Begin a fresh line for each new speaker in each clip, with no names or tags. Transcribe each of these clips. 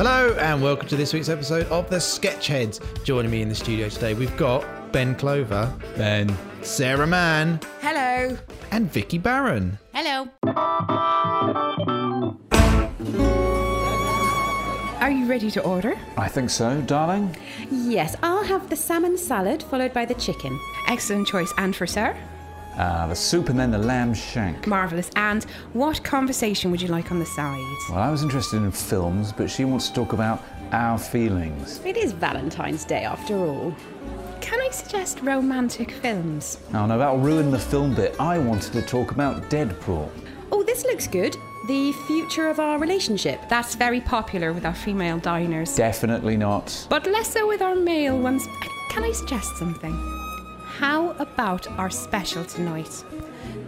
Hello, and welcome to this week's episode of The Sketchheads. Joining me in the studio today, we've got Ben Clover,
Ben.
Sarah Mann,
Hello.
and Vicky Barron.
Hello. Are you ready to order?
I think so, darling.
Yes, I'll have the salmon salad followed by the chicken.
Excellent choice. And for sir?
Uh, the soup and then the lamb shank.
Marvellous. And what conversation would you like on the side?
Well, I was interested in films, but she wants to talk about our feelings.
It is Valentine's Day after all.
Can I suggest romantic films?
Oh no, that'll ruin the film bit. I wanted to talk about Deadpool.
Oh, this looks good. The future of our relationship.
That's very popular with our female diners,
Definitely not.
but less so with our male ones. Can I suggest something? How about our special tonight?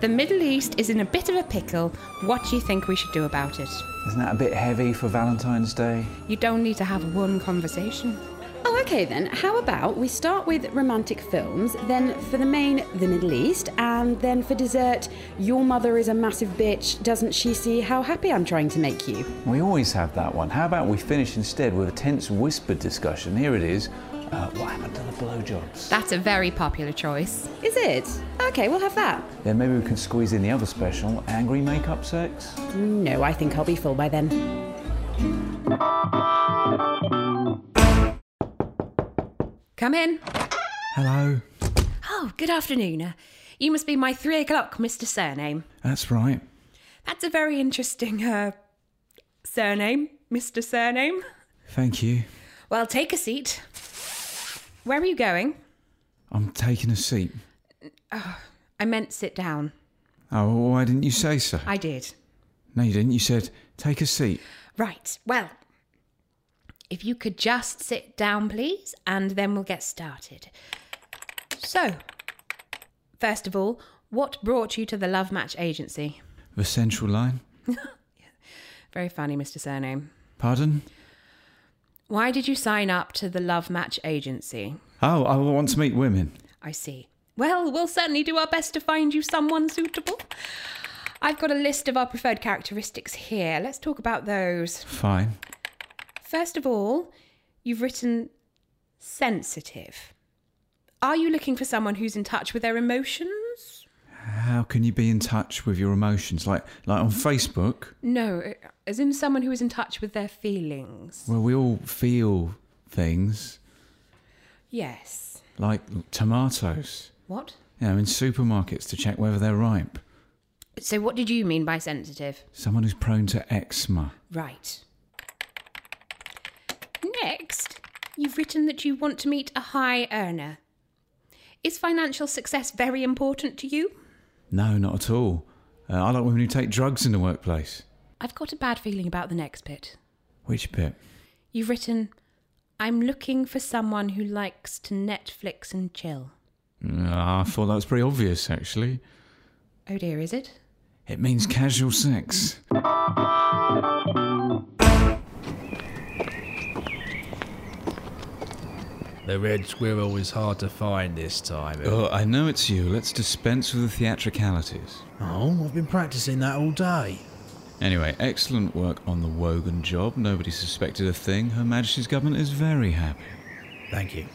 The Middle East is in a bit of a pickle. What do you think we should do about it?
Isn't that a bit heavy for Valentine's Day?
You don't need to have one conversation.
Oh, okay then. How about we start with romantic films, then for the main, the Middle East, and then for dessert, your mother is a massive bitch. Doesn't she see how happy I'm trying to make you?
We always have that one. How about we finish instead with a tense whispered discussion? Here it is. Uh, what happened to the blowjobs?
That's a very popular choice.
Is it? Okay, we'll have that.
Then maybe we can squeeze in the other special, angry makeup sex.
No, I think I'll be full by then.
Come in.
Hello.
Oh, good afternoon. You must be my three o'clock, Mr. Surname.
That's right.
That's a very interesting uh, surname, Mr. Surname.
Thank you.
Well, take a seat. Where are you going?
I'm taking a seat.
I meant sit down.
Oh, well, why didn't you say so?
I did.
No, you didn't. You said, take a seat.
Right, well, if you could just sit down, please, and then we'll get started. So, first of all, what brought you to the Love Match Agency?
The central line.
Very funny, Mr. Surname.
Pardon?
Why did you sign up to the Love Match Agency?
Oh, I want to meet women.
I see. Well, we'll certainly do our best to find you someone suitable. I've got a list of our preferred characteristics here. Let's talk about those.
Fine.
First of all, you've written sensitive. Are you looking for someone who's in touch with their emotions?
How can you be in touch with your emotions? Like, like on Facebook,
No, as in someone who is in touch with their feelings.
where we all feel things
Yes.
like tomatoes.
What?
You know, in supermarkets to check whether they're ripe.
So, what did you mean by sensitive?
Someone who's prone to eczema.
Right. Next, you've written that you want to meet a high earner. Is financial success very important to you?
No, not at all. Uh, I like women who take drugs in the workplace.
I've got a bad feeling about the next bit.
Which bit?
You've written, I'm looking for someone who likes to Netflix and chill.
Uh, I thought that was pretty obvious, actually.
Oh dear, is it?
It means casual sex.
The red squirrel is hard to find this time.
Oh, I know it's you. Let's dispense with the theatricalities.
Oh, I've been practicing that all day.
Anyway, excellent work on the Wogan job. Nobody suspected a thing. Her Majesty's government is very happy.
Thank you.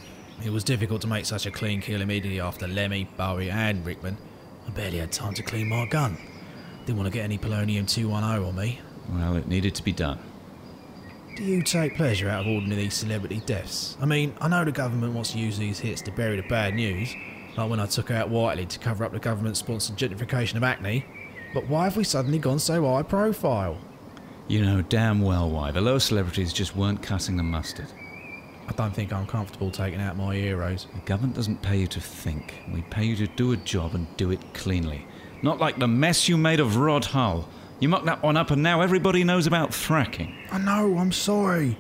It was difficult to make such a clean kill immediately after Lemmy, Bowie, and Rickman. I barely had time to clean my gun. Didn't want to get any polonium 210 on me.
Well, it needed to be done.
Do you take pleasure out of ordering these celebrity deaths? I mean, I know the government wants to use these hits to bury the bad news, like when I took out Whiteley to cover up the government sponsored gentrification of acne, but why have we suddenly gone so high profile?
You know damn well why. The lower celebrities just weren't cutting the mustard.
I don't think I'm comfortable taking out my heroes.
The government doesn't pay you to think. We pay you to do a job and do it cleanly. Not like the mess you made of Rod Hull. You mucked that one up, and now everybody knows about fracking.
I know, I'm sorry.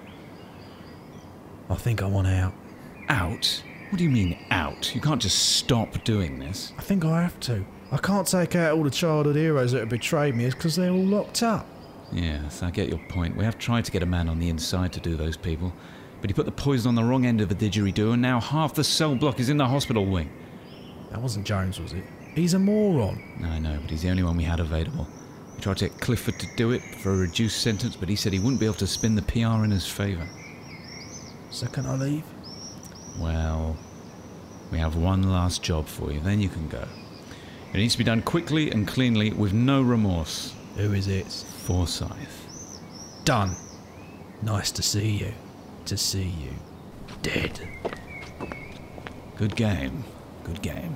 I think I want out.
Out? What do you mean out? You can't just stop doing this.
I think I have to. I can't take out all the childhood heroes that have betrayed me because they're all locked up.
Yes, I get your point. We have tried to get a man on the inside to do those people, but he put the poison on the wrong end of the didgeridoo, and now half the cell block is in the hospital wing.
That wasn't Jones, was it? He's a moron.
I know, but he's the only one we had available. We tried to get Clifford to do it for a reduced sentence, but he said he wouldn't be able to spin the PR in his favour.
So can I leave?
Well, we have one last job for you, then you can go. It needs to be done quickly and cleanly with no remorse.
Who is it?
Forsyth.
Done. Nice to see you. To see you. Dead.
Good game. Good game.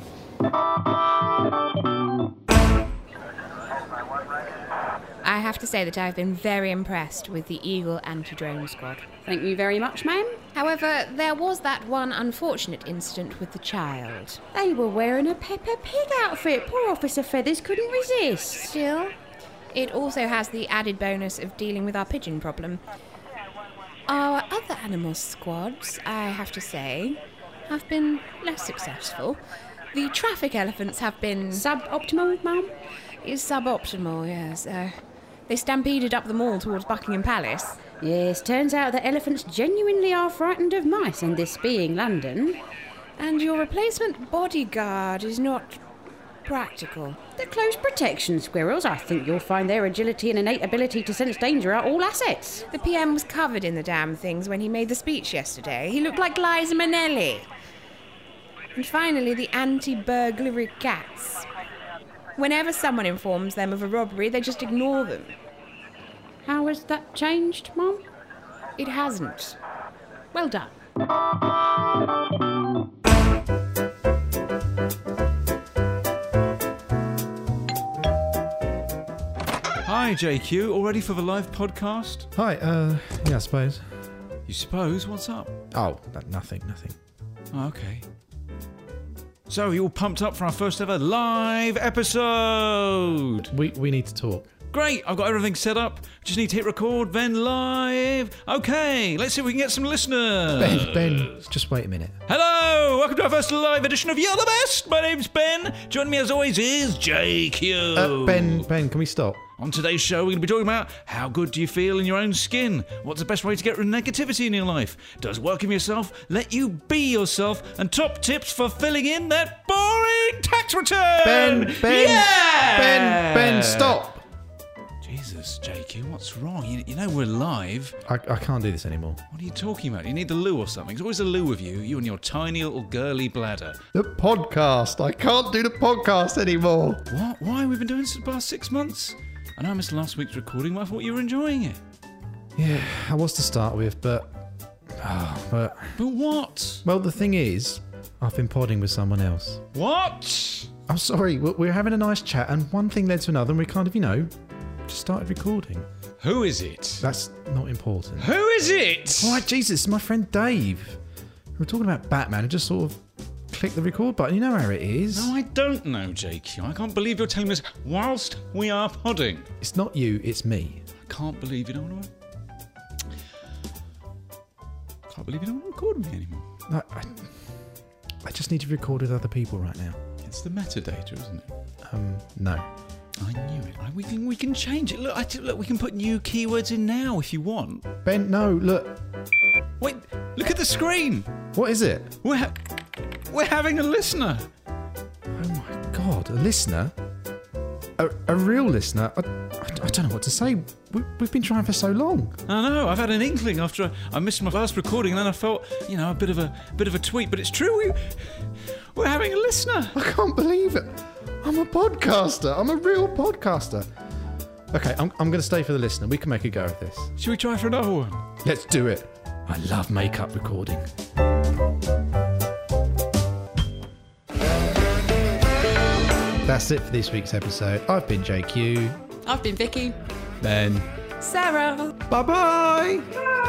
I have to say that I've been very impressed with the Eagle anti drone squad.
Thank you very much, ma'am.
However, there was that one unfortunate incident with the child.
They were wearing a Peppa Pig outfit. Poor Officer Feathers couldn't resist.
Still, it also has the added bonus of dealing with our pigeon problem. Our other animal squads, I have to say, have been less successful. The traffic elephants have been
Suboptimal, ma'am?
is suboptimal, yes. Uh, they stampeded up the mall towards Buckingham Palace.
Yes, turns out that elephants genuinely are frightened of mice, and this being London.
And your replacement bodyguard is not practical.
The close protection squirrels, I think you'll find their agility and innate ability to sense danger are all assets.
The PM was covered in the damn things when he made the speech yesterday. He looked like Liza Minnelli. And finally, the anti burglary cats. Whenever someone informs them of a robbery, they just ignore them.
How has that changed, ma'am?
It hasn't. Well done.
Hi, JQ. All ready for the live podcast?
Hi, uh, yeah, I suppose.
You suppose? What's up?
Oh, no- nothing, nothing.
Oh, okay. So, you all pumped up for our first ever live episode?
We, we need to talk.
Great, I've got everything set up. Just need to hit record, then live. Okay, let's see if we can get some listeners.
Ben, Ben, just wait a minute.
Hello, welcome to our first live edition of You're the Best. My name's Ben. Joining me as always is JQ.
Uh, ben, Ben, can we stop?
On today's show, we're going to be talking about how good do you feel in your own skin? What's the best way to get rid of negativity in your life? Does working with yourself let you be yourself? And top tips for filling in that boring tax return.
Ben, Ben,
yeah!
Ben, Ben, stop!
Jesus, JQ, what's wrong? You, you know we're live.
I, I can't do this anymore.
What are you talking about? You need the loo or something. There's always a loo with you, you and your tiny little girly bladder.
The podcast. I can't do the podcast anymore.
What? Why? We've been doing this for the past six months. I know I missed last week's recording, but I thought you were enjoying it.
Yeah, I was to start with, but. Oh, but.
But what?
Well, the thing is, I've been podding with someone else.
What?
I'm sorry, we- we we're having a nice chat, and one thing led to another, and we kind of, you know, just started recording.
Who is it?
That's not important.
Who is it?
All right, Jesus, my friend Dave. We were talking about Batman and just sort of click the record button. You know how it is.
No, I don't know, JQ. I can't believe you're telling me this whilst we are podding.
It's not you, it's me.
I can't believe you don't want to. Can't believe you don't want to record me anymore.
I, I, I just need to record with other people right now.
It's the metadata, isn't it?
Um, no.
I knew it. I, we can we can change it. Look, I, look, we can put new keywords in now if you want.
Ben, no, look.
Wait, look at the screen.
What is it?
We're ha- we're having a listener.
Oh my god, a listener? A, a real listener? I, I, I don't know what to say. We, we've been trying for so long.
I know. I've had an inkling after I, I missed my first recording, and then I felt you know a bit of a bit of a tweet. But it's true. We we're having a listener.
I can't believe it. I'm a podcaster. I'm a real podcaster. Okay, I'm, I'm going to stay for the listener. We can make a go of this.
Should we try for another one?
Let's do it. I love makeup recording. That's it for this week's episode. I've been JQ.
I've been Vicky.
Then.
Sarah!
Bye bye.